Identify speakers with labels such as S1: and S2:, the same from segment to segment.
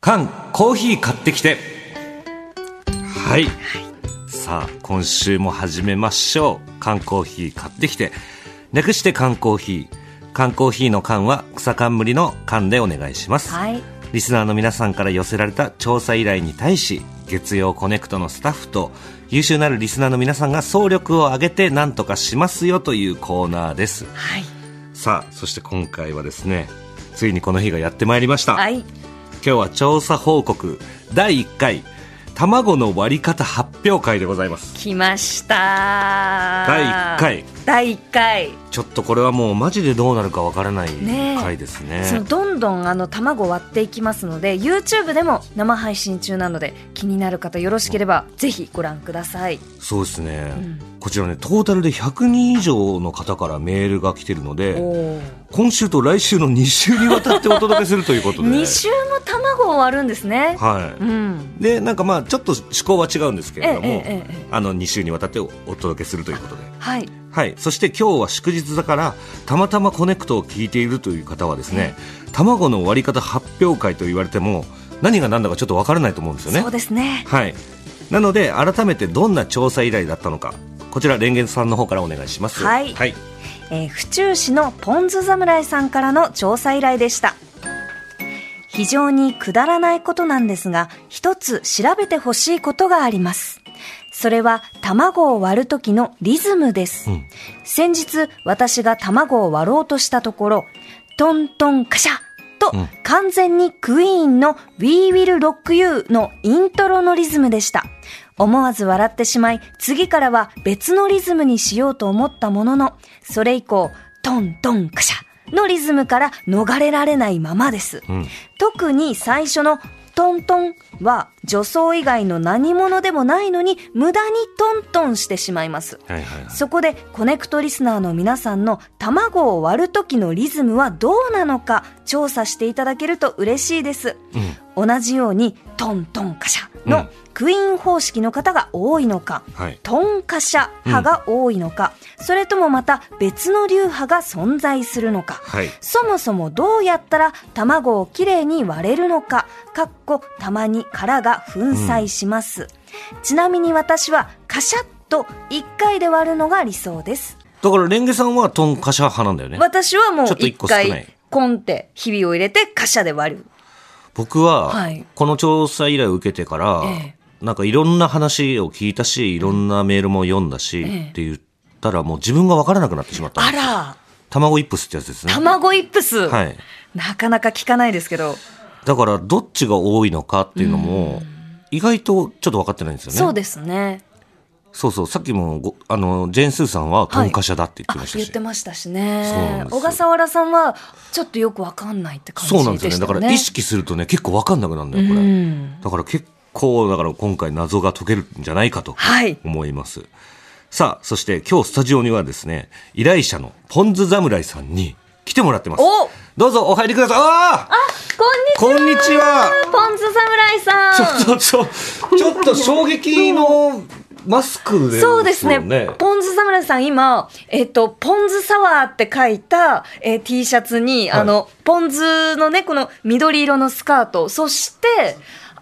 S1: 缶コーヒー買ってきてはい、さあ今週も始めましょう缶コーヒー買ってきて略して缶コーヒー缶コーヒーの缶は草冠の缶でお願いします、
S2: はい
S1: リスナーの皆さんから寄せられた調査依頼に対し月曜コネクトのスタッフと優秀なるリスナーの皆さんが総力を挙げて何とかしますよというコーナーです
S2: はい
S1: さあそして今回はですねついにこの日がやってまいりました、
S2: はい
S1: 今日は調査報告第1回卵の割り方発表会でございます
S2: 来ました
S1: 第1回
S2: 第1回
S1: ちょっとこれはもうマジでどうなるかわからない
S2: ねえ
S1: 回ですね
S2: そのどんどんあの卵割っていきますので YouTube でも生配信中なので気になる方よろしければぜひご覧ください
S1: そうですね、
S2: うん
S1: こちらねトータルで100人以上の方からメールが来てるので
S2: お
S1: 今週と来週の2週にわたってお届けするということで、
S2: 2週も卵を割るんですね
S1: は
S2: うん
S1: い、でなんかまあちょっと趣向は違うんですけ
S2: ええ
S1: れど
S2: え
S1: も、
S2: えええ
S1: あの2週にわたっておお届けするということで、
S2: はい
S1: はい、そして今日は祝日だからたまたまコネクトを聞いているという方はですね卵の割り方発表会と言われても何が何だかちょっとわからないと思うんですよね
S2: そう。ですね
S1: はい、なので改めてどんな調査依頼だったのかこちらレンゲンさんの方からお願いします。
S2: はい
S1: はい
S2: えー府中市のポン酢侍さんからの調査依頼でした非常にくだらないことなんですが一つ調べてほしいことがありますそれは卵を割る時のリズムです、
S1: うん
S2: 先日私が卵を割ろうとしたところトントンカシャと
S1: うん
S2: 完全にクイーンの We Will Rock You のイントロのリズムでした思わず笑ってしまい次からは別のリズムにしようと思ったもののそれ以降トントンカシャのリズムから逃れられないままです、
S1: うん
S2: 特に最初のトントンは女装以外の何者でもないのに無駄にトントンしてしまいます。
S1: はいはいはい
S2: そこでコネクトリスナーの皆さんの卵を割る時のリズムはどうなのか調査していただけると嬉しいです。同じようにトントンカシャ
S1: う
S2: の
S1: ん
S2: クイーン方式の方が多いのか、
S1: はい
S2: トンカシャ派が多いのか、それともまた別の流派が存在するのか、
S1: はい
S2: そもそもどうやったら卵をきれいに割れるのか、かっこたまに殻が粉砕します。ちなみに私はカシャッと1回で割るのが理想です。
S1: だからレンゲさんはトンカシャ派なんだよね。
S2: 私はもう
S1: ちょっと一
S2: 1
S1: 個少ない
S2: 回コンってひびを入れてカシャで割る。
S1: 僕は、
S2: はい
S1: この調査依頼を受けてから、
S2: え
S1: なんかいろんな話を聞いたしいろんなメールも読んだし、
S2: ええ
S1: って言ったらもう自分が分からなくなってしまったん
S2: あ
S1: です
S2: ら、
S1: 卵イップスってやつですね
S2: 卵イップス。
S1: はい
S2: なかなか聞かないですけど、
S1: だからどっちが多いのかっていうのも意外とちょっと分かってないんですよね
S2: そうですね。
S1: そうそうさっきもごあのジェーン・スーさんはトンカシャだって言っ
S2: あ
S1: てました
S2: 言っ
S1: し、
S2: てましたし
S1: そうなん
S2: ね
S1: ですよ
S2: 小笠原さんはちょっとよくわかんないって感じで
S1: そ
S2: し
S1: うな
S2: たね
S1: んですよねだから意識するとね結構分かんなくなるんだよこれ、
S2: うん
S1: だから結構だから今回謎が解けるんじゃないかと
S2: はい
S1: 思います。さあ、そして今日スタジオにはですね、依頼者のポン酢侍さんに来てもらってます。
S2: お
S1: どうぞお入りください。ああ
S2: こんにちは
S1: こんにちは
S2: ポン酢侍さん
S1: ちょっと、ちょちょっと衝撃のマスクで、
S2: そうですねポン酢侍さん今、えっとポン酢サワーって書いた、えー、T シャツに、
S1: はい
S2: あのポン酢のねこの緑色のスカートそして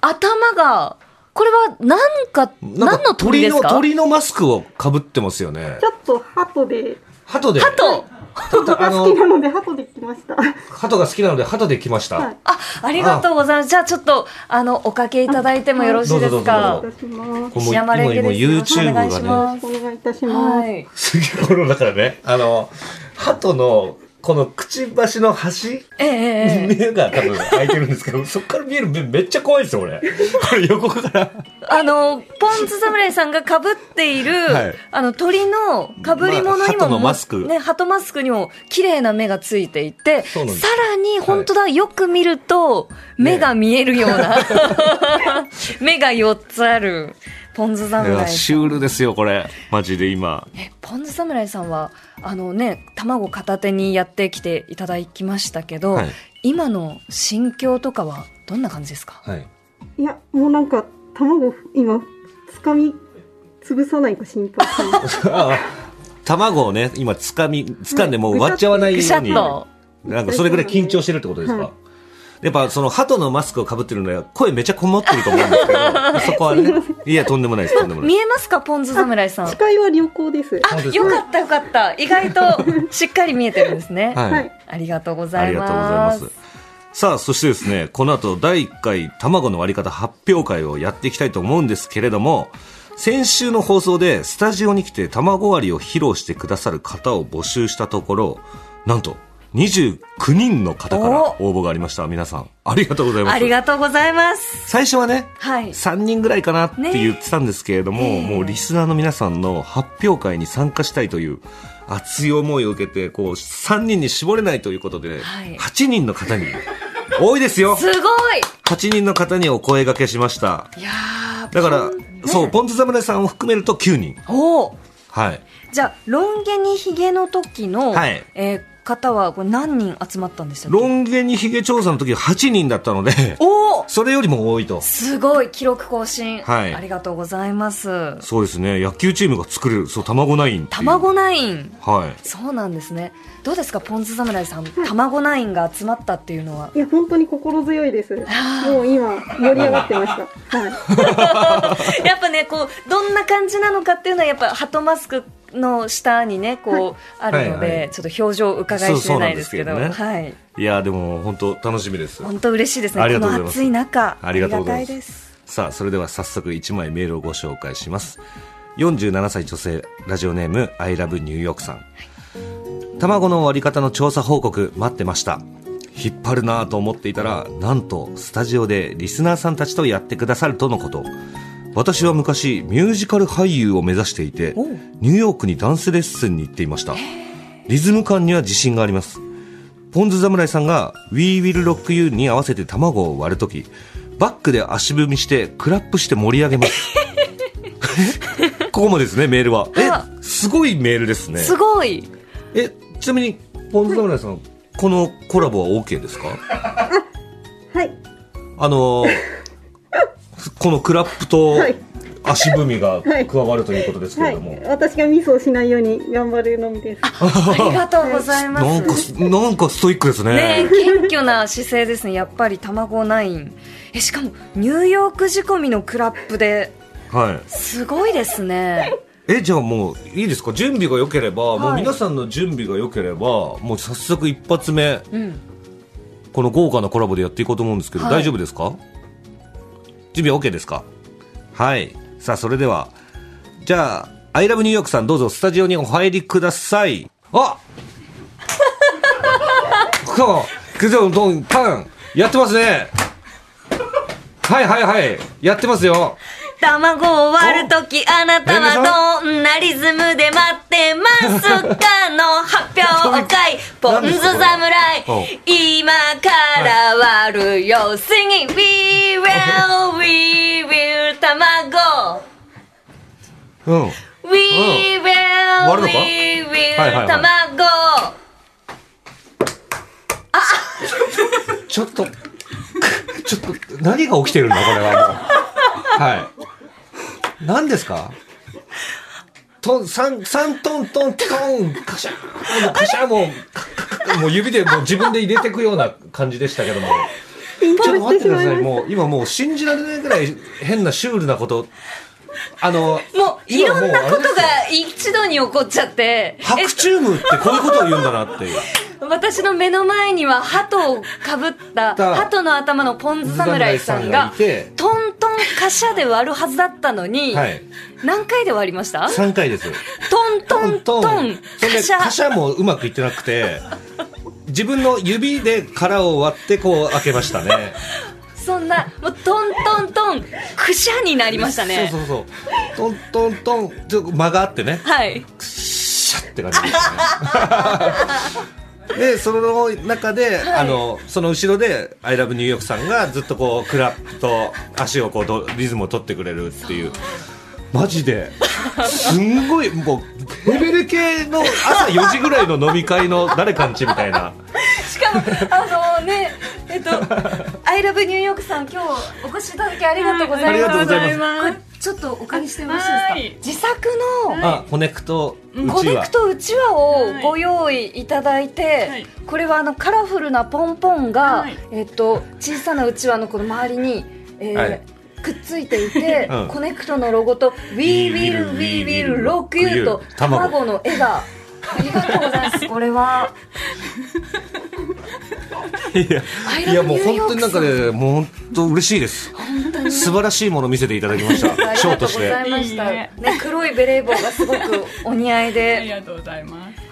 S2: 頭がこれは何か
S1: なん
S2: 何
S1: か
S2: の鳥ですか
S1: 鳥の鳥のマスクをかぶってますよね
S3: ち。ょっと鳩で、
S1: 鳩で。
S2: 鳩
S1: 鳩
S3: が
S1: あ
S3: 好き
S1: の
S3: なので鳩で来ました。
S1: 鳩が好きなので鳩で来ました。
S3: はい
S2: あありがとうございますじゃあちょっとあのおかけいただいてもよろしいです
S1: どうぞどうぞ
S2: か
S1: どうぞ
S3: いたしま
S1: こ
S3: す。
S1: れもう
S2: 石山レンゲです
S1: 今 YouTube がね
S2: お願いします
S3: お願いいたします。
S2: はい。
S1: すげえ、このだからね、あの、鳩の、このくちばしの端
S2: ええええええ
S1: 目が多分開いてるんですけ ど、そっから見える目めっちゃ怖いですよ、俺。これ横から。
S2: あの、ポン酢侍さんが被っている、
S1: はい
S2: あの、鳥の被り物にも、
S1: まあ鳩のマスク
S2: ね、鳩マスクにも綺麗な目がついていて、さ
S1: そうなんです
S2: らに本当だ、よく見ると、目が見えるような、 目が4つある、ポン酢侍さ
S1: シュールですよ、これ。マジで今。
S2: ん。えポン酢侍さんは、あのね、卵片手にやってきていただきましたけど、
S1: はい
S2: 今の心境とかはどんな感じですか
S1: はい。
S3: いや、もうなんか卵今掴み潰さないか心配してます
S1: 卵をね、今掴み、掴んでもう
S3: ね
S1: 割っちゃわない
S2: ぐし
S1: よ
S2: ゃ
S1: う
S2: っ
S1: に。
S2: と。
S1: なんかそれぐらい緊張してるってことですか、
S3: はい
S1: やっぱその鳩のマスクをかぶってるので声めちゃこもってると思うんですけどそこはねいやとんでもないですとんでもない
S2: 見えますかポン酢侍さん
S3: 司会は旅行です。
S1: そう
S2: あ
S1: ですね
S2: よかったよかった意外としっかり見えてるんですね、
S1: はい、
S3: はい
S2: ありがとうご
S1: あ
S2: ざい
S1: りが
S2: ます
S1: とうございますさあそしてですねこの後第1回卵の割り方発表会をやっていきたいと思うんですけれども先週の放送でスタジオに来て卵割りを披露してくださる方を募集したところなんと29人の方から応募がありました皆さんありがとうございます
S2: ありがとうございます
S1: 最初はね
S2: はい
S1: 3人ぐらいかなって
S2: ね
S1: 言ってたんですけれども、
S2: ええ
S1: もうリスナーの皆さんの発表会に参加したいという熱い思いを受けてこう3人に絞れないということで、
S2: はい
S1: 8人の方に多いですよ
S2: すごい
S1: 8人の方にお声掛けしました
S2: いやー
S1: だから、
S2: ポンね
S1: そうポン酢侍さんを含めると9人
S2: おお
S1: はい
S2: じゃあロン毛にヒゲの時の、
S1: はい
S2: えー方はこれ何人集まったんでしたっけ
S1: ロン毛にヒゲ調査の時は8人だったので
S2: おお
S1: それよりも多いと
S2: すごい記録更新、
S1: はい
S2: ありがとうございます
S1: そうですね野球チームが作れるそう卵ナインっていう
S2: 卵ナイン
S1: はい
S2: そうなんですねどうですかポン酢侍さん卵ナインが集まったっていうのはい
S3: や、本当に心強いです。もう今、盛り上がってました。はい。
S2: やっぱねこうどんな感じなのかっていうのはやっぱハトマスクの下にねこうあるので、
S1: はいはい
S2: ちょっと表情を伺い知れないですけど
S1: そうそうなんですけど
S2: はい
S1: いやでも本当楽しみです
S2: 本当嬉しいです
S1: あり
S2: ね
S1: が
S2: こと
S1: うござい
S2: の
S1: ます
S2: 暑い中
S1: ありがとうございます
S2: ありがたいです
S1: さあ、それでは早速1枚メールをご紹介します。47歳女性、ラジオネーム、I love ニューヨークさん。卵の割り方の調査報告待ってました。引っ張るなぁと思っていたら、なんとスタジオでリスナーさんたちとやってくださるとのこと。私は昔ミュージカル俳優を目指していて
S2: おう、
S1: ニューヨークにダンスレッスンに行っていました。リズム感には自信があります。ポン酢侍さんが We Will Rock You に合わせて卵を割るとき、バックで足踏みしてクラップして盛り上げます。 ここもですね、メールは。
S2: あ
S1: え、すごいメールですね。
S2: すごい
S1: え、ちなみに、ポン酢侍さん、このコラボは OK ですか
S3: はい。
S1: あのーこのクラップと
S3: はい
S1: 足踏みが加わるということですけ
S3: は
S1: れども。
S3: い。私がミスをしないように頑張るのみです。
S2: ありがとうございます
S1: なんかす、なんかストイックです
S2: ね
S1: ね。
S2: 謙虚な姿勢ですねやっぱり卵ナインえしかもニューヨーク仕込みのクラップで
S1: はい。
S2: すごいですね
S1: えじゃあもういいですか準備が良ければ、
S2: い
S1: もう皆さんの準備が良ければもう早速一発目
S2: うん
S1: この豪華なコラボでやっていこうと思うんですけど、
S2: はい
S1: 大丈夫ですか準備は OK ですかはいさあそれではじゃあ「アイラブニューヨークさんどうぞスタジオにお入りください あそうクゼントンパンやってますねはいはいはいやってますよ
S2: 卵を割るときあなたはどんなリズムで待ってますかの発表 会ポン酢侍
S1: お
S2: 今から割るよ Singing We will we will 卵
S1: うん
S2: We will
S1: 割る
S2: we
S1: のかはいはいは
S2: will
S1: い
S2: 卵
S1: ちょっと、 ちょっと、何が起きてるんだ、これはもう。はい。何ですかトン、三、三トントントン、カシャーン、カシャーンもう、カカカカもう 指でもう自分で入れてくような感じでしたけども。
S3: 緊
S1: ちょっと
S3: 張
S1: 待
S3: し
S1: っててく
S3: し
S1: だ
S3: まい
S1: さ
S3: ま
S1: い。
S3: し
S1: もう、今もう信じられないぐらい変なシュールなこと。あの、
S2: もうい
S1: 今
S2: ろんな
S1: もうあ
S2: こ
S1: れです
S2: とが
S1: よ
S2: 一度に起こっちゃって
S1: 白昼夢ってこういうことを言うんだなっていう。
S2: 私の目の前には鳩をかぶった
S1: だ
S2: 鳩の頭のポン酢侍さんが
S1: 侍さんがいて
S2: トントンカシャで割るはずだったのに、
S1: はい
S2: 何回で割りました
S1: 3回です。
S2: トントントン
S1: それで
S2: カシャ
S1: カシャもうまくいってなくて自分の指で殻を割ってこう開けまし たね
S2: そんなもうトントントンクシャになりましたね
S1: そうそうそうトントントンちょっと間があってね
S2: はい
S1: シャッって感じ でしたねでその中で、あのその後ろで「アイラブニューヨークさんがずっとこうクラップと足をこうどリズムを取ってくれるっていうマジですんごいもうヘベレ系の朝4時ぐらいの飲み会の誰かんちみたいな。
S2: しかもあのねえっと「アイラブニューヨークさん今日お越しいただきありがとうございます
S1: ありがとうございます
S2: これちょっとお借りしてよろしいですか
S4: はい
S2: 自作の
S1: あコネクトう
S2: コ
S1: ち
S2: ネ
S1: わ
S2: クトうちわをご用意いただいて、
S4: はい
S2: これはあのカラフルなポンポンが、
S4: はい
S2: えっと小さなうちわのこの周りに、えー
S1: はい
S2: くっついていて、
S1: うん
S2: コネクトのロゴと「We will we will rock you」と
S1: 卵
S2: 卵の絵がありがとうござい ますこれはい
S1: や
S2: アイ
S1: い
S2: ラ
S1: や
S2: ブ
S1: も
S2: ニュー
S1: う本
S2: ヨー
S1: 当
S2: ク
S1: になんかねもう本当嬉しいです素晴らしいもの見せていただきまし
S2: あ
S1: た
S2: り
S1: ショー
S2: がと
S1: と
S2: う
S1: し
S2: ご
S1: て
S2: ざ
S1: はい
S2: ました、
S4: いいね
S2: ね、黒いベレー帽がすごくお似合い
S4: あり
S2: で
S4: がとうございます。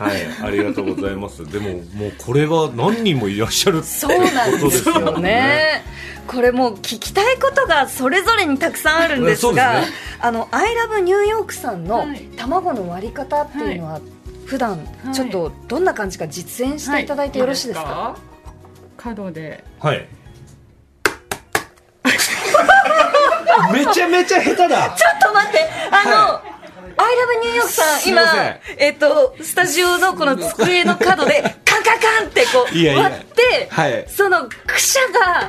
S1: ありがとうございますでももうこれは何人もいらっしゃるって
S2: そうなん
S1: こと
S2: で
S1: ですすよ
S2: よ
S1: ね
S2: ね。これもう聞きたいことがそれぞれにたくさんあるんです
S1: そう
S2: が、
S1: ですね
S2: あのアイラブニューヨークさんの
S4: はい
S2: 卵の割り方っていうのは、普段
S4: はい
S2: ちょっとどんな感じか実演していただいてよろしいですか。
S4: は角で
S1: はいめちゃめちゃ下手だ
S2: ちょっと待って、あの。アイラブニューヨークさん、
S1: すいません
S2: 今、えっと、スタジオのこの机の角 で、カンカンカンってこう、
S1: いやいや
S2: 割って、
S1: はい
S2: その、くしゃが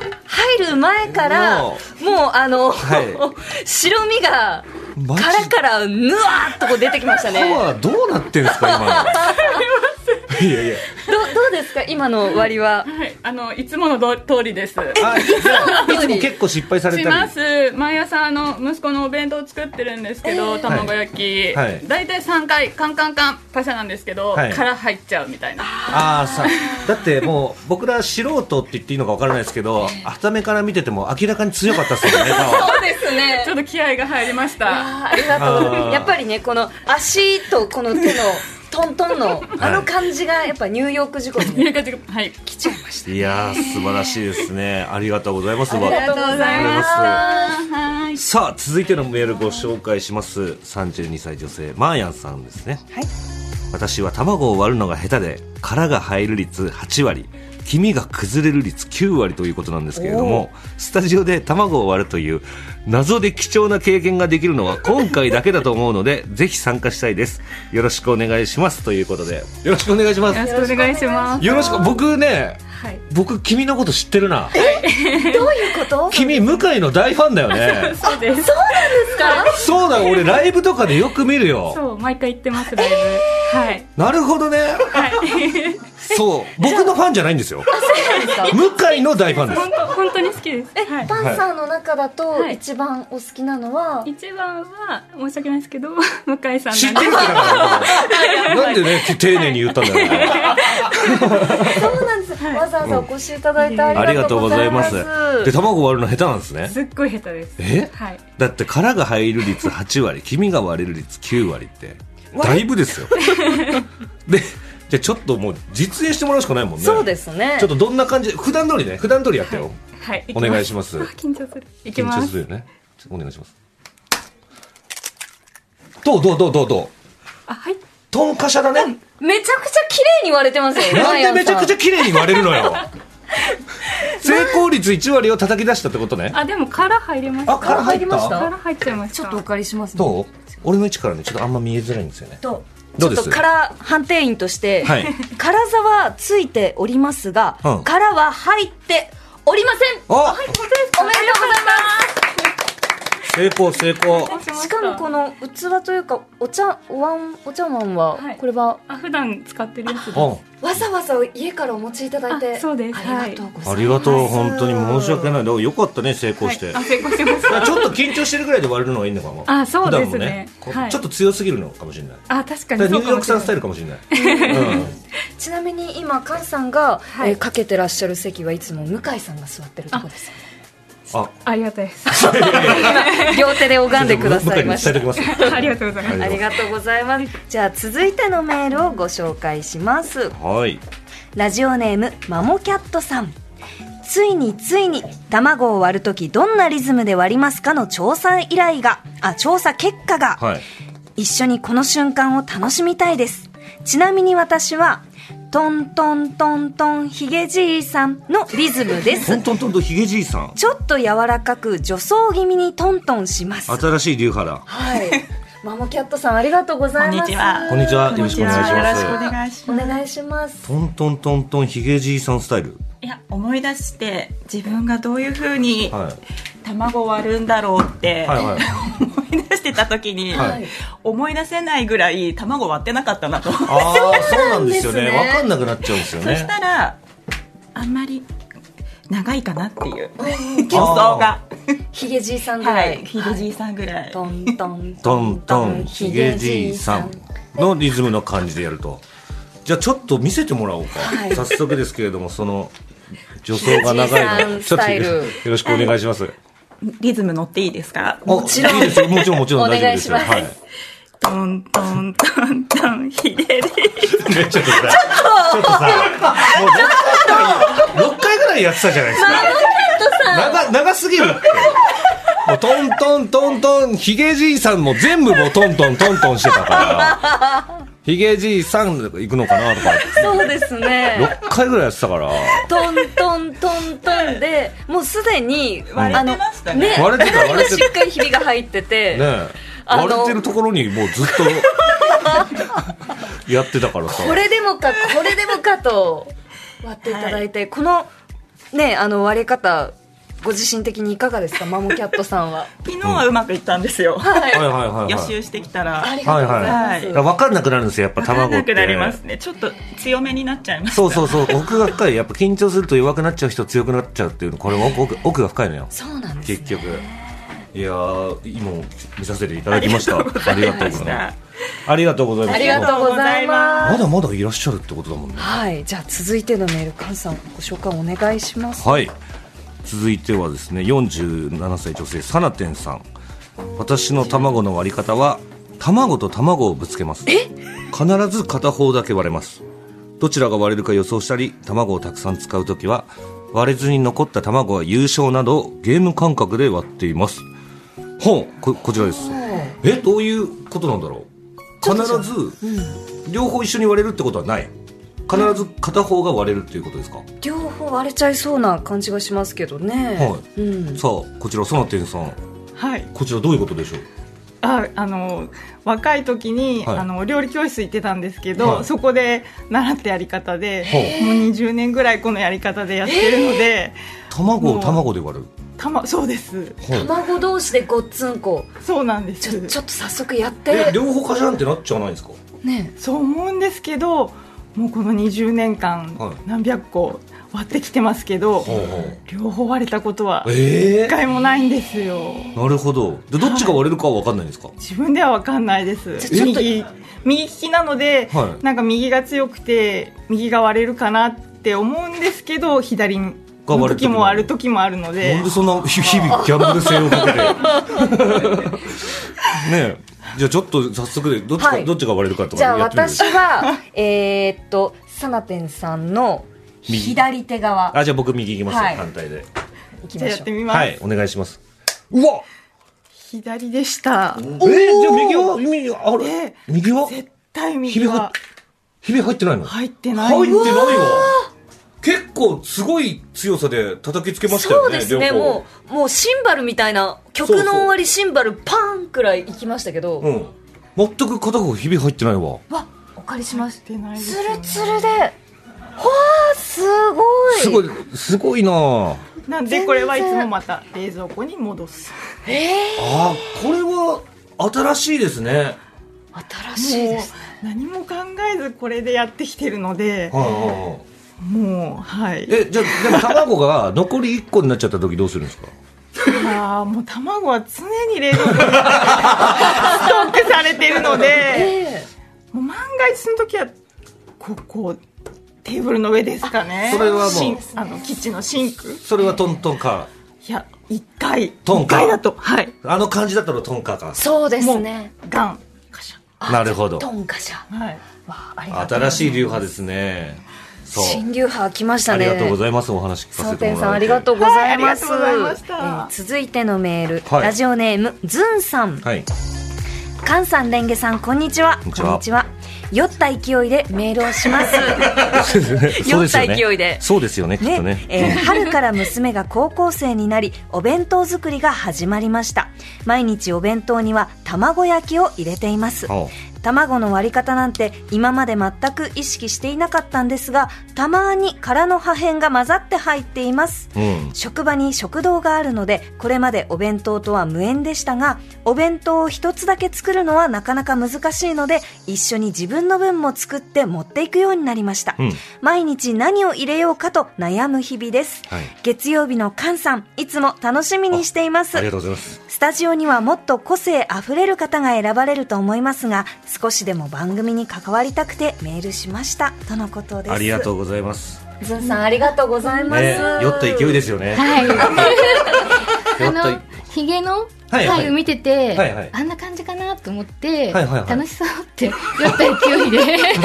S2: 入る前から、も
S1: も
S2: う、あの、
S1: は
S2: 白身が、
S1: マジ
S2: からから、ぬわーっとこう出てきました
S1: パ
S2: ね。
S1: ワーどうなってんすか 今のいやいや
S2: どどうですか、今の割は。
S4: はいあのいつものど通りです。
S1: あい
S2: 通り
S1: つも結構失敗され
S4: したま
S1: り
S4: す毎朝あの息子のお弁当を作ってるんですけど、卵焼き、
S1: はいはい
S4: 大体3回カンカンカンパシャなんですけど、
S1: はい
S4: から入っちゃうみたいな
S1: ああさだってもう僕ら素人って言っていいのかわからないですけど頭目から見てても明らかに強かったですよねパワー
S2: そうですね
S4: ちょっと気合が入りました
S2: あーありがと
S1: あ
S2: う
S1: ー
S2: やっぱりねこの足とこの手のトントンのあの感じがやっぱニューヨーク仕込み
S4: 入れ替えてはい
S2: 来ちゃいました
S1: いやー、素晴らしいですね。ありがとうございます。
S2: ありがとうございました
S4: はい
S1: さあ、続いてのメールご紹介します。32歳女性、マーヤンさんですね。
S2: はい
S1: 私は卵を割るのが下手で、殻が入る率8割、黄身が崩れる率9割ということなんですけれども、スタジオで卵を割るという謎で貴重な経験ができるのは今回だけだと思うので、ぜひ参加したいです。よろしくお願いします。ということで、よろしくお願いします。
S4: よろしくお願いします
S1: よろしく、僕ね、
S2: はい
S1: 僕君のこと知ってるな。
S2: どういうこと
S1: 君向井の大ファンだよ ね
S4: そう
S2: そうな
S4: です
S2: んですか
S1: そうだ俺ライブとかでよく見るよ
S4: そう毎回行ってますライブ、はい
S1: なるほどね
S4: はい
S1: そう僕のファンじゃないんですよ向井の大ファンで
S4: 本当本当に好きです
S2: え、
S4: はい
S2: パンサーの中だと
S4: はい
S2: 一番お好きなのは、
S4: 一番は申し訳ないですけど 向井さんなんです
S1: 知ってるってだからなんでね丁寧に言ったんだろうね
S2: そうなんです、わざわざお越しいただいてあ
S1: あ
S2: り
S1: り
S2: がと
S1: がと
S2: う
S1: う
S2: ご
S1: ご
S2: ざ
S1: ざ
S2: い
S1: い
S2: ま
S1: ますすで卵割るの下手なんですね
S4: すっごい下手です
S1: え
S4: はい
S1: だって殻が入る率8割黄身が割れる率9割ってだいぶですよでじゃあちょっともう実演してもらうしかないもんね
S2: そうですね
S1: ちょっとどんな感じ普段通りね普段通りやってよ、
S4: はい
S1: お願いします
S4: あ緊張するいき
S1: 緊張
S4: ます
S1: するよねちょっとお願いしますどうどうどうどうどう
S4: あはい
S1: トンカシャだね
S2: めちゃくちゃ綺麗に割れてますよ
S1: なんでめちゃくち
S2: ゃ
S1: ゃ綺麗に割れるのよ成功率1割を叩き出したってことね
S4: あでも殻入りました
S1: あ殻入りました
S4: 殻入っちゃいました
S2: ちょっとお借りしますね
S1: どう俺の位置からねちょっとあんま見えづらいんですよね
S2: とち
S1: ど
S2: ょ
S1: う
S2: っ
S1: です
S2: と殻判定員として、
S1: はい
S2: 殻座はついておりますが、
S1: うん
S2: 殻は入っておりません
S1: あ
S2: おめでとうござい
S1: 成功成功
S2: ますしかもこの器というかお茶お椀お茶碗は、
S4: はい
S2: これは
S4: あ普段使ってるやつです
S1: うん
S2: わざわざ家からお持ちいただいて
S4: あそうです
S2: ありがとうございます、
S1: ありがとう本当に申し訳ないだからよかったね成功して、
S4: あ成功しまし
S1: だから
S4: た
S1: ちょっと緊張してるぐらいで割れるのがいいのかも
S4: あそうですね
S1: 普段もこう
S4: はい
S1: ちょっと強すぎるのかもしれない
S4: あ確か
S1: だか
S4: に
S1: ら
S4: そう
S1: ニューヨークさんスタイ
S4: ル
S1: ルかもしれない、うん
S2: ちなみに今菅さんが、
S4: い
S2: えーかけてらっしゃる席はいつも向井さんが座ってるとこですよね
S1: あ
S4: ありがたいです
S2: 両手で拝んでくださいました
S1: 向井に伝えておき
S4: ありがとうございます
S2: ありがとうございますじゃあ続いてのメールをご紹介します
S1: ます。はい。
S2: ラジオネームマモキャットさんついについに卵を割るときどんなリズムで割りますかの調査依頼があ調査結果が、
S1: はい。
S2: 一緒にこの瞬間を楽しみたいですちなみに私はトントントントンヒゲじいさんのリズムで
S1: ト
S2: す
S1: ントントンとヒゲじいさん。
S2: ちょっと柔らかく女装気味にトントンします
S1: 新しい流派だ。
S2: はいマモキャットさんありがとうございます
S4: こんにちは
S1: こんにちは。よろしくお願いし
S5: よろ
S1: ま
S5: し
S1: す
S5: くお。願いし
S2: お
S5: ます。
S2: 願いします。
S1: トントントントンヒゲじいさんスタイル。
S5: いや思い出して自分がどういうふうに
S1: は
S5: 卵を割るんだろうって、
S1: い。はいはい。
S5: 思いい出してた時に、
S1: はい
S5: 思い出せないぐらい卵割ってなかったなと思って
S1: ああそうなんですよね
S2: そうなんですね
S1: わかんなくなっちゃうんですよ
S5: そ
S1: ね
S5: したらあんまり長いかなっていう
S2: うん
S5: 競争が
S2: ひげじいさんぐ
S5: は
S2: らい。
S5: いひげじいさんぐらい
S2: トントン
S1: トントンヒゲじいさんのリズムの感じでやるとじゃあちょっと見せてもらおうか、
S2: はい
S1: 早速ですけれどもその女装が長
S2: ひげじ
S1: い
S2: いさん
S1: のちょっ
S2: スタ
S1: と
S2: イル
S1: よろしくお願いします、
S5: リズム乗っていいですか
S1: もちろんいいですよもちろんもちろん大丈夫ですよ
S2: お願いしま
S5: トントントントンひげじい
S1: はいねちょっとさちょっとさもう絶対6回ぐらいやってたじゃないですか長長すぎるってもうトントントントンヒゲじいさんも全部もうトントントントンしてたからヒゲじいさん行くのかなとか
S2: そうです ね。
S1: 6回ぐらいやってたから
S2: トントントントンで、もうすでに、
S5: 割れてましたね
S2: あの
S1: 割れてた割れてた
S2: しっかりひびが入ってて、
S1: ね
S2: あの
S1: 割れてるところにもうずっとやってたからさ
S2: これでもか、これでもかと割っていただいて、この、ね、あの割れ方、ご自身的にいかがですか、マモキャットさんは。
S5: 昨日はうまくいったんですよ、
S2: はい
S1: はいはいはい
S5: 予
S1: はい
S5: 習してきたら
S2: ありがとうございます。
S5: はい
S1: だから分かんなくなるんですよやっぱ
S5: 分か
S1: 卵っ
S5: ん
S1: て
S5: なくなりますねちょっと強めになっちゃいま す
S1: そうそうそう奥が深いやっぱ緊張すると弱くなっちゃう人強くなっちゃうっていうのこれも奥奥奥が深いのよ
S2: そうなんです。
S1: 結局いやー今も見させていただきました ありがとうございますありがとうございます
S2: ありがとうございま。
S1: ますだまだいらっしゃるってことだもんね
S2: はい、じゃあ続いてのメール、カンさん、ご紹介お願いします。
S1: はい続いてはですね47歳女性さなてんさん私の卵の割り方は卵と卵をぶつけます必ず片方だけ割れますどちらが割れるか予想したり卵をたくさん使う時は割れずに残った卵は優勝などゲーム感覚で割っていますほうここちらですえどういうことなんだろう必ず両方一緒に割れるってことはない必ず片方が割れるっていうことですか、
S2: 両方割れちゃいそうな感じがしますけどね。
S1: はい
S2: うん。
S1: さあこちらそなてんさん
S4: はい
S1: こちらどういうことでしょう
S4: ああの若い時に、
S1: はい
S4: あの料理教室行ってたんですけど、
S1: はい
S4: そこで習ったやり方で
S1: ほう
S4: もう20年ぐらいこのやり方でやってるので、
S1: 卵
S4: も
S1: を
S4: う
S1: 卵で割る
S4: たまそうです
S1: ほう
S2: 卵同士でごっつんこ。
S4: そうなんで
S2: ち
S4: す
S2: ょ、ちょっと早速やっ
S1: え
S2: て。
S1: 両方カシャンってなっちゃわないんですか
S2: ね。
S4: そう思うんですけどもうこの20年間、
S1: はい
S4: 何百個割ってきてますけど、
S1: ほうほう
S4: 両方割れたことは
S1: え
S4: 一回もないんですよ
S1: なるほどでどっちが割れるかは分かんないんですか、
S4: 自分では分かんないです
S2: じゃあちょっと
S4: 右右利きなので、
S1: はい
S4: なんか右が強くて右が割れるかなって思うんですけど左の
S1: が割れて
S4: 時
S1: くる
S4: も割る時もあるので
S1: なんでそんな日々ギャンブル性をかけてねえじゃあちょっと早速でどっちか、
S2: はい
S1: どっちが割れるかとか
S2: じゃあ
S1: やってみる
S2: 私は、えーっと、サナテンさんの
S1: 右
S2: 左手側。
S1: あじゃあ僕右行きますよ、
S2: はい
S1: 反対で
S2: 行き
S4: じ
S2: ま
S4: ゃあやっ
S2: しょ
S4: て
S2: う。
S4: みます、
S1: はいお願いしますうわ
S4: 左でした
S1: えー、じゃあ右は右はあれ、
S4: え
S1: 右は
S4: 絶対
S1: ひ
S4: 右
S1: びは
S4: は
S1: ひび入ってないの
S4: 入ってない
S1: 入ってないわ結構すごい強さで叩きつけました
S2: そ
S1: よ
S2: う
S1: ね
S2: ですね、
S1: 両方
S2: もう、もうシンバルみたいな、曲
S1: そ
S2: の
S1: うそう
S2: 終わりシンバルパンくらい行きましたけど、
S1: うん全く片方ひび入ってないわ
S2: わ、お借りしま
S4: 入っ
S2: す。
S4: てないです
S2: ツ
S4: よね
S2: ルツルで、わあ、すごい。
S1: すごいすごいなあ
S4: なんでこれはいつもまた冷蔵庫に戻す
S2: え
S1: あーこれは新しいですね
S2: ー、新しい
S4: もう
S2: です。
S4: 何も考えずこれでやってきてるので
S1: はいはいはい
S4: もうはい
S1: えじゃあでも卵が残り1個になっちゃった時どうするんですか
S4: あーもう卵は常に冷蔵庫にストックされてるので
S2: え
S4: もう万が一の時はここテーブルの上ですかね
S1: あそれはもう
S4: シンあのキッチンのシンクい
S1: それはトントンか
S4: や1回
S1: トン
S4: 一
S1: カ
S4: 回だとはい
S1: あの感じだったらトンカか
S2: ー、そうですね。
S4: ガンカシ
S2: あ
S1: なるほど
S2: トンカシャ。
S4: ャはい
S2: わあ、ありがとう。
S1: 新しい流派ですねそう
S2: 新流派来ました
S1: あり
S2: ね。
S1: がとうございますお話聞か
S2: サ
S1: せ
S2: テ
S1: て
S2: ン
S1: も
S2: さん
S1: ら
S2: あ
S1: えて
S2: りがとうございます。
S4: はいありがとうございました
S2: えー続いてのメール、
S1: はい
S2: ラジオネームズンさん、
S1: はい
S2: カンさん、レンゲさん、こんにちは。
S1: こんにちは
S2: 酔った勢いでメールをし ます。
S1: そうですよ
S2: 酔った勢いで
S1: そうですよねきっとね
S2: ねえー春から娘が高校生になりお弁当作りが始まりました毎日お弁当には卵焼きを入れています
S1: あ
S2: 卵の割り方なんて今まで全く意識していなかったんですがたまに殻の破片が混ざって入っています
S1: うん。
S2: 職場に食堂があるのでこれまでお弁当とは無縁でしたがお弁当を一つだけ作るのはなかなか難しいので一緒に自分の分も作って持っていくようになりました、
S1: うん。
S2: 毎日何を入れようかと悩む日々です
S1: はい。
S2: 月曜日のカンさんいつも楽しみにしていま
S1: あ
S2: す
S1: りがとうございます。
S2: スタジオにはもっと個性あふれる方が選ばれると思いますが少しでも番組に関わりたくてメールしましたとのことです
S1: ありが
S2: う
S1: とうございます。
S2: ずんさんありがとうございます、
S1: ね、酔った勢いですよね。
S6: はい。
S1: や
S6: あ
S1: っと
S6: の、ヒゲの
S1: はい
S6: 回
S1: はい
S6: を見てて、
S1: はいはい
S6: あんな感じかなと思って、
S1: はいはいはい
S6: 楽しそうって、酔 った勢い で。
S2: 酔った勢いで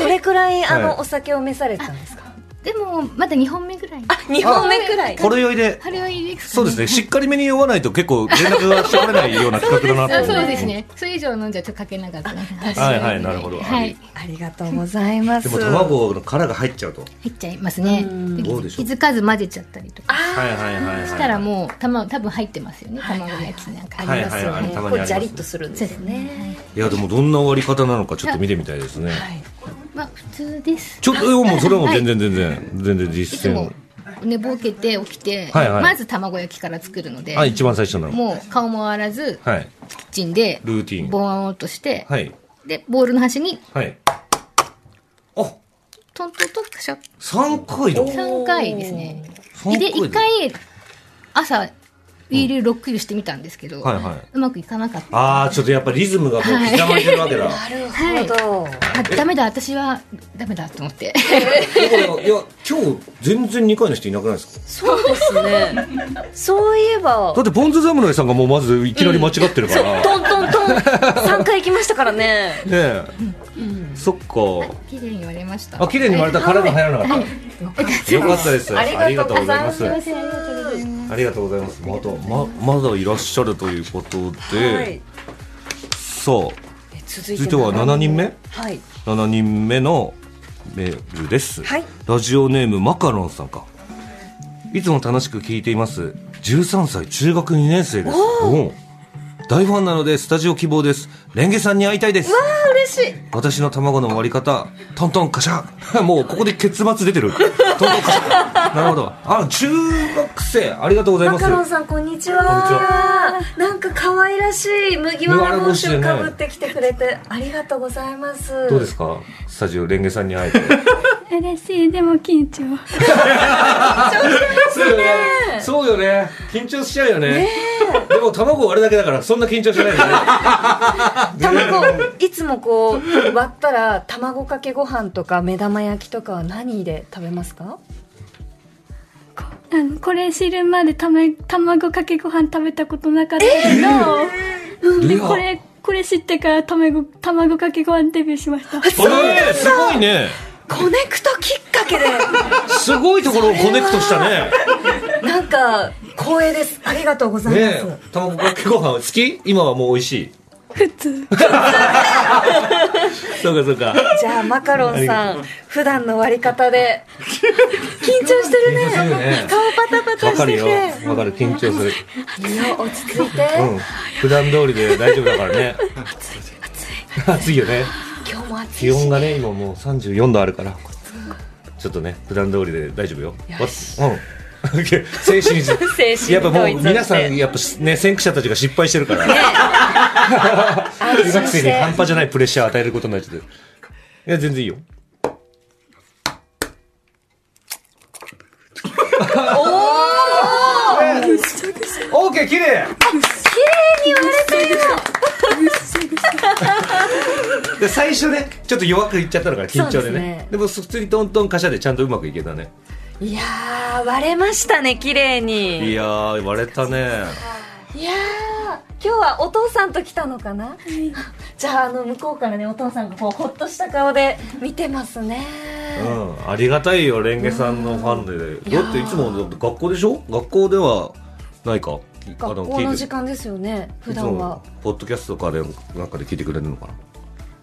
S2: どれくらいあの、
S1: はい
S2: お酒を召されたんですか
S6: でも、まだ2本目ぐらい。
S2: 2本目くらい
S1: ほろ酔いで。
S6: あれはいいです
S1: そ
S6: か、ね、
S1: う ですね。しっかりめに酔わないと結構連絡がしてこれないような企画だなと
S6: あ
S1: 思
S6: そうです。ね。それ以上飲んじゃちょっとかけなかった。は
S1: はいはいなるほど
S6: はい。
S2: ありがとうございま
S1: ですも卵の殻が入っちゃうと。
S6: 入っちゃいますね
S2: うん。
S6: で
S1: どうでしょ
S6: 気
S1: う
S6: づかず混ぜちゃったりとか。
S1: はいはいはいはい。
S6: したらもう、たま、多分入ってますよね。卵焼きなんかあり
S1: はい
S6: ます
S1: はい
S6: よ
S1: はい
S6: ね。
S1: たまに
S2: こ
S1: ありますね
S2: うジャリッとするんですよね
S1: いやでもどんな終わり方なのかちょっと見てみたいですね。
S6: まあ、普通です。
S1: ちょっともうそれはもう全然全然全然
S6: い
S1: 実
S6: つも
S1: 践。
S6: 寝ぼけて起きて、
S1: はいはい
S6: まず卵焼きから作るので、
S1: あ一番最初なの。
S6: もう顔も洗わず、
S1: はい。
S6: キッチンで、
S1: ルーティン
S6: ボーンとして、
S1: はい
S6: で、ボールの端に、
S1: はい。あ
S6: トントントンカシャッ、
S1: 三回だ。
S6: 3回ですね。
S1: 三
S6: で、
S1: だ
S6: 1。回、朝、ビールロックユーしてみたんですけど、
S1: はいはいう
S6: まくいかなかった。
S1: ああちょっとやっぱリズムがもう刻まれてるわ けだ。
S2: なるほど、
S6: あ、ダメだ、私は、ダメだと思って。
S1: だからいや今日全然二回の人いなくないですか。
S2: そうですねそういえば
S1: だってポンズ侍さんがもうまずいきなり間違ってるから。ね
S2: トントントン3回行きましたからね
S1: え。そっか。
S6: 綺麗に言われました。
S1: あ綺麗に割れた殻が入らなかった。よかったです。
S2: ありがとうございます
S1: ありがとうございます。ありがとうございます。まだままだいらっしゃるということで、
S2: はい
S1: さあ
S2: え続い
S1: 続いては七人目
S2: はい
S1: 七人目のメールです。
S2: はい
S1: ラジオネームマカロンさんか。いつも楽しく聞いています。13歳中学2年生です。おう大ファンなのでスタジオ希望です。レンゲさんに会いたいです。
S2: あ嬉しい
S1: 私の卵の割り方トントンカシャ もうここで結末 出てるトントンカシャなるほどあ中学生ありがとうござい
S2: マ
S1: ます
S2: カロンさんこんにちは
S1: こんにち
S2: なんか可愛らしい麦わら帽子をかぶってきてくれてありがとうございます
S1: どうですかスタジオレンゲさんに会えて
S7: 嬉しいでも緊張
S1: そうよねそうよね緊張しちゃうよねでも卵割るだけだからそんな緊張しないよね
S2: 卵いつもこう割ったら卵かけご飯とか目玉焼きとかは何で食べますか
S7: あのこれ知るまでため卵かけご飯食べたことなかったけど、うんで
S1: レア
S7: これこれ知ってから卵卵かけご飯デビューしました
S1: えーすごいね
S2: コネクトきっかけです
S1: ごいところをコネクトしたね
S2: なんか光栄ですありがとうございま
S1: ね
S2: す、
S1: え卵かけご飯好き今はもう美味しい
S7: 普 通
S1: そうかそうか
S2: じゃあマカロンさん普段の割り方で 緊張してる
S1: 緊張するよ
S2: ね
S1: ね
S2: 顔パタパ
S1: わ
S2: タ
S1: か
S2: して
S1: るよ
S2: て
S1: わかる緊張する
S2: 身を落ち着いて、
S1: うん、普段通りで大丈夫だからね。暑い、暑い。 暑いよね。
S2: 今日も暑い
S1: 気温がね、今もう三十四度あるから。ちょっとね、普段通りで大丈夫よ。わうん。 精神に。
S2: 精神
S1: やっぱもう
S2: 統一して
S1: 皆さんやっぱね先駆者たちが失敗してる から留学生に半端じゃないプレッシャーを与えることになっちゃっていや全然いいよおおオーケー綺麗で最初ねちょっと弱くいっちゃったのが緊張
S2: そうで
S1: ですねで
S2: ね
S1: も普通にトントンカシャでちゃんとうまくいけたね
S2: いやー割れましたね綺麗に
S1: いやー割れたね
S2: いやー今日はお父さんと来たのかなじゃああの向こうからねお父さんがこうほっとした顔で見てますね、
S1: うん、ありがたいよレンゲさんのファンで
S2: いやー
S1: だっていつもだって学校でしょ学校ではないかあ
S2: 学校
S1: 聞い
S2: の
S1: て
S2: 時間ですよね普
S1: いつ
S2: 段は
S1: もポッドキャストとかでなんかで聞いてくれるのかな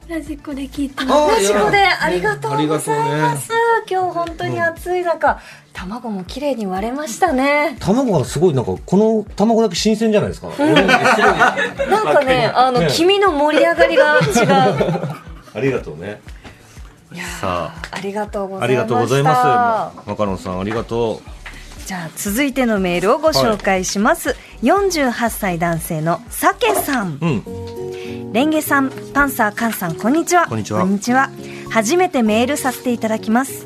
S7: ラジコで聞いてます
S1: あ
S2: ラジコでありがとうございます、今日本当に暑い中、卵も綺麗に割れましたね。
S8: 卵がすごいなんかこの卵だけ新鮮じゃないですか、俺なんかすごい
S2: なんかね、あの、
S8: ね
S2: 君の盛り上がりが違う。
S1: ありがとうねさあ
S2: ありがとうござ
S1: あ
S2: い
S1: り
S2: ま
S1: が
S2: し
S1: と
S2: た。
S1: うございますマカロンさんありがと
S2: じゃあ続いてのメールをご紹介します、48歳男性のさけさん
S1: ううん
S2: レンゲさんパンサーカンさんこんにちは
S1: こんにちは
S2: 初めてメールさせていただきます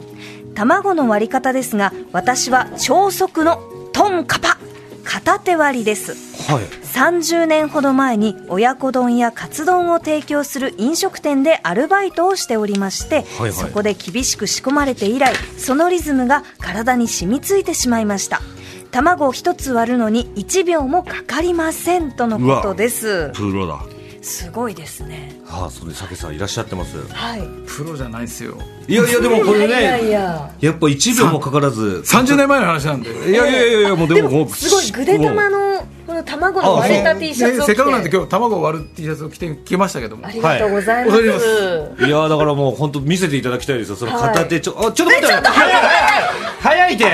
S2: 卵の割り方ですが私は超速のトンカパ片手割りです
S1: はい
S2: 30年ほど前に親子丼やカツ丼を提供する飲食店でアルバイトをしておりまして、
S1: はいはい
S2: そこで厳しく仕込まれて以来そのリズムが体に染みついてしまいました卵を1つ割るのに1秒もかかりませんとのことです
S1: プロだ
S2: すごいですね
S1: はあそれで酒さんいらっしゃってます
S2: はい
S9: プロじゃないですよ
S1: いやいやでもこれ
S2: いやい
S1: ね
S2: や
S1: やっぱ1秒もかからず
S9: 30年前の話なんで
S1: いやいやいやいやもうでももう
S2: すごいぐでたまのこの卵の割れた T シャツ
S9: ね
S2: を着
S9: せ
S2: て
S9: っかくなんで今日卵を割る T シャツを着てきましたけども
S2: ありがとうございます、
S9: はい踊ります
S1: いやーだからもう本当見せていただきたいですよその片手ちょ、あちょっと待って
S2: えちょっと早い
S1: 早い早いて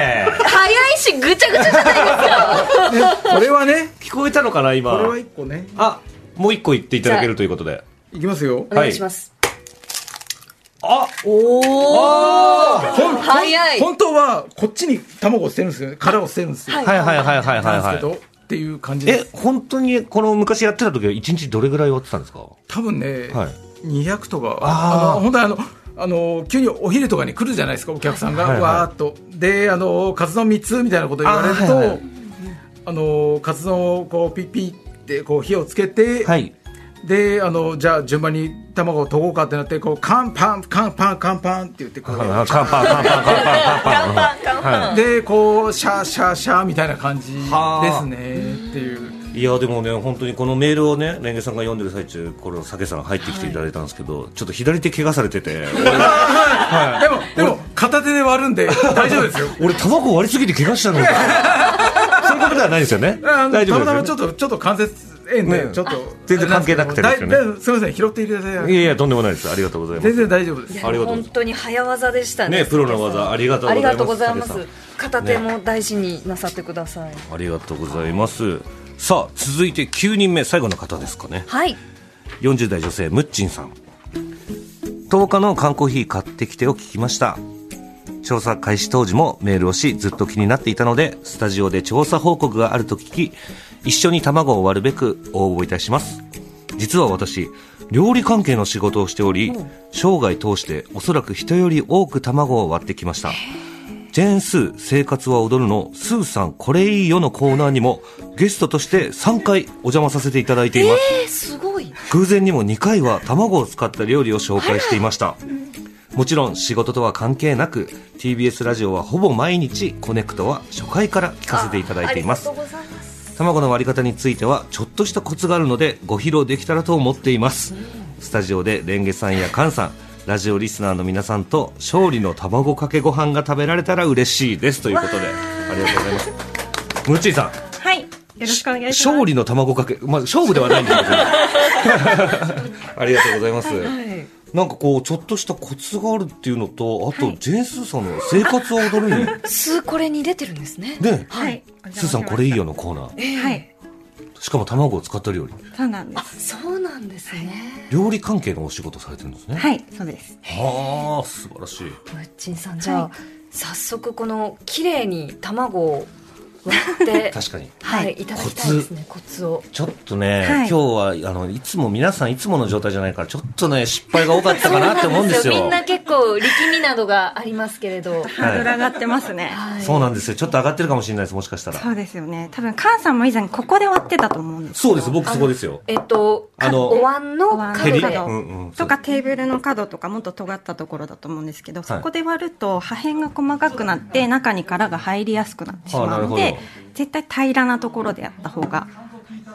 S2: 早いしぐちゃぐちゃじゃないですか
S9: これはね
S1: 聞こえたのかな今
S9: これは一個ね
S1: あもう一個言っていただけるということで
S9: いきますよ
S2: お願いします、
S1: あ
S2: おお
S9: ほん
S2: 早い
S9: ほん本当はこっちに卵を捨てるんですよね殻を捨てるんですよ、
S1: はいはいはいはいはい
S9: なんですけ
S1: はい
S9: どっていう感じで
S1: え
S9: す
S1: 本当にこの昔やってた時は一日どれぐらい終わってたんですか
S9: 多分ね、
S1: はい
S9: 200とか
S1: あー
S9: あの本当にあのあの急にお昼とかに来るじゃないですかお客さんが、
S1: はいはい
S9: わーっとであのカツ丼3つみたいなこと言われるとあ、
S1: あーはいはい
S9: のカツ丼をこうピッピッってこう火をつけて、
S1: はい
S9: であのじゃあ順番に卵を溶こうかってなってこうカンパンカンパンカンパンって言ってこう、
S1: あカンパンカンパンカンパンカンパンは
S9: でこうシャーシャーシャーみたいな感じです
S1: はあ
S9: ねっていう
S1: いいやでもね本当にこのメールをねレンゲさんが読んでる最中この酒さん入ってきていただいたんですけどちょっと左手怪我されてて
S9: でもでも片手で割るんで大丈夫 ですよ
S1: 俺タバコ割りすぎて怪我したの かそういうことではないですよね
S9: あの
S1: 大丈夫
S9: たまたま
S1: です
S9: ちょ
S1: よ
S9: っとちょっと関節炎で
S1: ね
S9: ちょっと、
S1: 全然関係なくてですよね
S9: だいだいすみません拾っていただ
S1: ね
S9: い
S1: い
S9: て
S1: やいやとんでもないですありがとうございま
S9: 全
S1: す
S9: 然大丈夫です
S1: ありがとうございま
S2: 本
S1: す
S2: 当に早技でしたね
S1: ねプロの技ありがとうございます
S2: ありがとうございます
S1: 竹さ
S2: 片手も大事になさってください、
S1: ありがとうございますさあ続いて9人目最後の方ですかね
S2: はい
S1: 40代女性ムッチンさん10日の缶コーヒー買ってきてを聞きました調査開始当時もメールをしずっと気になっていたのでスタジオで調査報告があると聞き一緒に卵を割るべく応募いたします実は私料理関係の仕事をしており生涯通しておそらく人より多く卵を割ってきましたジェーンスー生活は踊るのスーさんこれいいよのコーナーにもゲストとして3回お邪魔させていただいています、
S2: えすごい
S1: 偶然にも2回は卵を使った料理を紹介していましたもちろん仕事とは関係なく TBS ラジオはほぼ毎日コネクトは初回から聞かせていただいています卵の割り方についてはちょっとしたコツがあるのでご披露できたらと思っていますスタジオでレンゲさんやカンさんラジオリスナーの皆さんと勝利の卵かけご飯が食べられたら嬉しいですということでありがとうございますムッチーさん
S5: はいよろしくお願いします
S1: 勝利の卵かけ、まあ、勝負ではないんですけどありがとうございます、 なんかこうちょっとしたコツがあるっていうのとあと、ジェーン・スーさんの「生活は踊るに」
S2: すこれに出てるんですね
S1: ね
S5: はい
S1: スーさんこれいいよのコーナー
S5: はい
S1: しかも卵を使った料理
S5: そうなんです
S2: そうなんですね
S1: 料理関係のお仕事されてるんですね
S5: はいそうです
S1: はあ素晴らしい
S2: ムッチンさんじゃあ、早速この綺麗に卵を割って
S1: 確かに
S2: はい、、
S5: はい
S2: ただきたいですねコツを
S1: ちょっとね、
S5: は
S1: 今
S5: い
S1: 日はあのいつも皆さんいつもの状態じゃないからちょっとね失敗が多かったかなって思うんですよ
S2: みんな結構力みなどがありますけれど
S5: ハードル上がってますね、
S2: はい
S1: そうなんですよちょっと上がってるかもしれないですもしかしたら
S5: そうですよね多分菅さんも以前ここで割ってたと思うんです
S1: そうです僕そこですよ
S2: えっと
S1: あの
S2: お椀の
S5: お椀
S2: 角
S1: ヘリ、
S5: 角
S2: で
S5: 度
S1: うんうん、
S5: とかテーブルの角とかもっと尖ったところだと思うんですけど、そこで割ると破片が細かくなって中に殻が入りやすくなってしまうの
S1: あなる
S5: で
S1: ほど
S5: 絶対平らなところでやった方が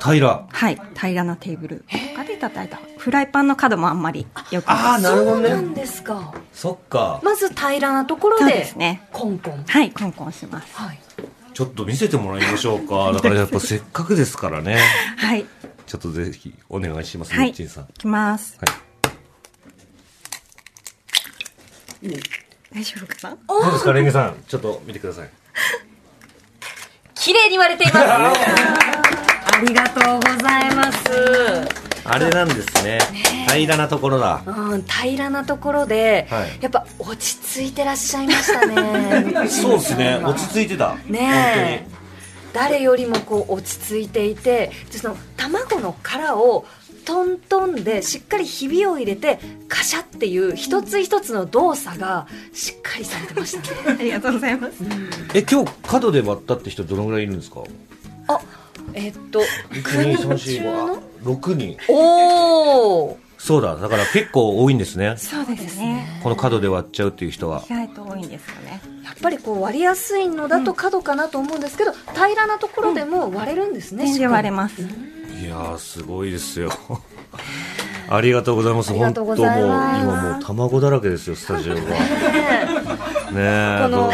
S1: 平ら
S5: はい平らなテーブルとかで叩いた方がフライパンの角もあんまりよく
S1: ああなるほど
S2: な
S1: ね
S2: んですか
S1: そっか
S2: まず平らなところ
S5: そう
S2: で
S5: ですね
S2: コンコン
S5: はいコンコンします
S2: はい
S1: ちょっと見せてもらいましょうかだからやっぱせっかくですからね
S5: はい
S1: ちょっとぜひお願いします
S5: は
S1: み
S5: い
S1: っちんさん
S5: いきます大丈夫かな
S1: どうですかレンゲさんちょっと見てください
S2: 綺麗に割れてい ます。ありがとうございます。
S1: あれなんですね平らなところだ
S2: うん、平らなところで、
S1: はい
S2: やっぱ落ち着いてらっしゃいました ね。
S1: そうですね落ち着いてた
S2: ねえ誰よりもこう落ち着いていてでその卵の殻をトントンでしっかりひびを入れてカシャっていう一つ一つの動作がしっかりされてました ね
S5: ありがとうございます
S1: え今日角で割ったって人どのぐらいいるんですか
S2: あえっと
S1: 1 2 3 4 5 6人
S2: おお
S1: そうだだから結構多いんですね
S5: そうですね
S1: この角で割っちゃうっていう人は
S5: 意外と多いんですよね
S2: やっぱりこう割りやすいのだと角かなと思うんですけど、平らなところでも割れるんですね、
S5: 全
S2: しっ
S5: 然
S2: か
S5: 割
S2: り
S5: れま
S1: い
S5: す
S1: やーすごいです よありがとうございます
S2: ありが
S1: 本
S2: と
S1: 当
S2: う
S1: も
S2: ご
S1: う
S2: ざいます
S1: 今もう卵だらけですよスタ ジオがねえ
S2: こ
S1: ど
S2: の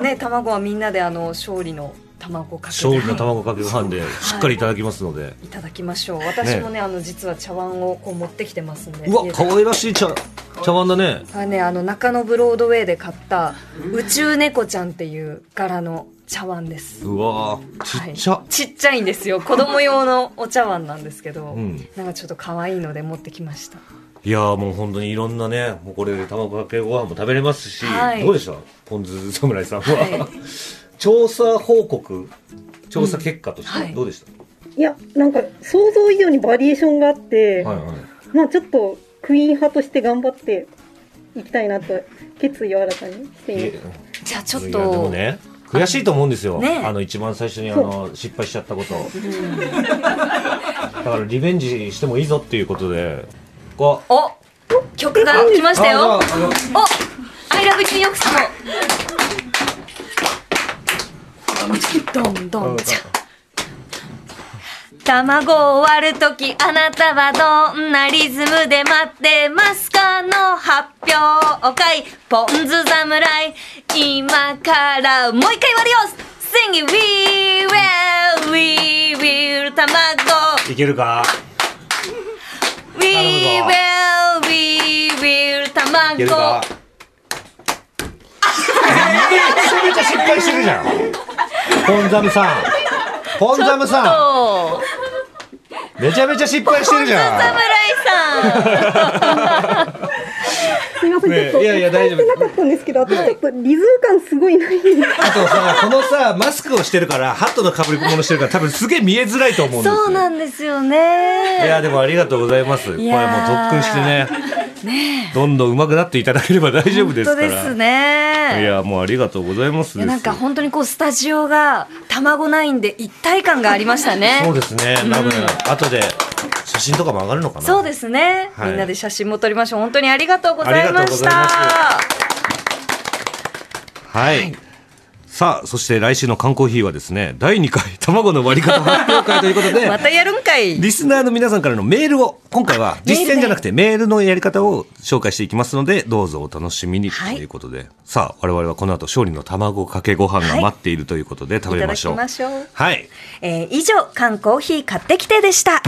S1: う
S2: ね卵はみんなであの勝利の卵かけて
S1: 勝利の卵かけご飯でしっかりいただきますので、
S2: いただきましょう私もねあの実は茶碗をこう持ってきてますんで
S1: うわ
S2: 家で
S1: 可愛らしい茶茶碗だね
S2: これねあの中野ブロードウェイで買った宇宙猫ちゃんっていう柄の茶碗です
S1: うわーちっちゃ、
S2: はい、ちっちゃいんですよ子供用のお茶碗なんですけど、
S1: うん
S2: なんかちょっと可愛いので持ってきました
S1: い、やーもう本当にいろんなねもうこれで卵かけご飯も食べれますし、
S2: はい
S1: どうでしたポン酢侍さんは、
S2: は
S1: 調査報告調査結果とし
S2: うんは
S1: て
S2: い
S1: どうでした、
S3: いや、なんか想像以上にバリエーションがあって、
S1: はいはい
S3: まあちょっとクイーン派として頑張っていきたいなと決意を新たにしています。
S2: じゃあちょっ
S1: いやでも
S2: と、
S1: ね悔しいと思うんですよ、
S2: ね
S1: あの一番最初にあの失敗しちゃったこと、だからリベンジしてもいいぞっていうことでこう
S2: お曲が来ましたよ
S1: あじゃああの
S2: おアイラブニューヨークさんのどんどんちゃん卵を割るときあなたはどんなリズムで待ってますかの発表会ポン酢侍今からもう一回割るよ Sing it we will we will 卵
S1: いけるか
S2: We
S1: な
S2: will, we will,
S1: いける
S2: 卵。
S1: かめちゃめちゃ失敗してるじゃんポンザムさんポンザムさ
S2: と、
S1: んめちゃめちゃ失敗してるじゃん
S2: 侍さん。
S3: すみません、
S1: ねえ
S3: ちょっと
S1: いやいや大丈夫
S3: 伝えてなかったんですけど、私ちょっとリズム感すごいないんで、
S1: あとさこのさマスクをしてるからハットのかぶり物してるから多分すげえ見えづらいと思うんですよ
S2: そうなんですよ
S1: いや
S2: ね。
S1: でもありがとうございます。これもう
S2: やー
S1: 特訓してね、どんどん上手くなっていただければ大丈夫
S2: 本
S1: で
S2: 当
S1: すから。
S2: ですね。
S1: いやもうありがとうございます
S2: い
S1: で
S2: や
S1: す。
S2: なんか本当にこうスタジオが卵ナインで一体感がありました ね。
S1: そうですね。多分後で写真とかも上がるのかな。
S2: そうですね、
S1: はい
S2: みんなで写真も撮りましょう。本当にありがとうござい
S1: あり
S2: ま
S1: がとうご
S2: し
S1: ざい
S2: た
S1: ま。はい。さあそして来週の缶コーヒーはですね第2回 卵の割り方発表会ということで
S2: またやるんかい。
S1: リスナーの皆さんからのメールを今回は
S2: メールで
S1: 実践じゃなくてメールのやり方を紹介していきますのでどうぞお楽しみにと
S2: はい
S1: いうことで、さあ我々はこの後勝利の卵かけご飯が待っているということで食べましょう。
S2: いただきましょう
S1: はい
S2: えー以上、缶コーヒー買ってきてでした。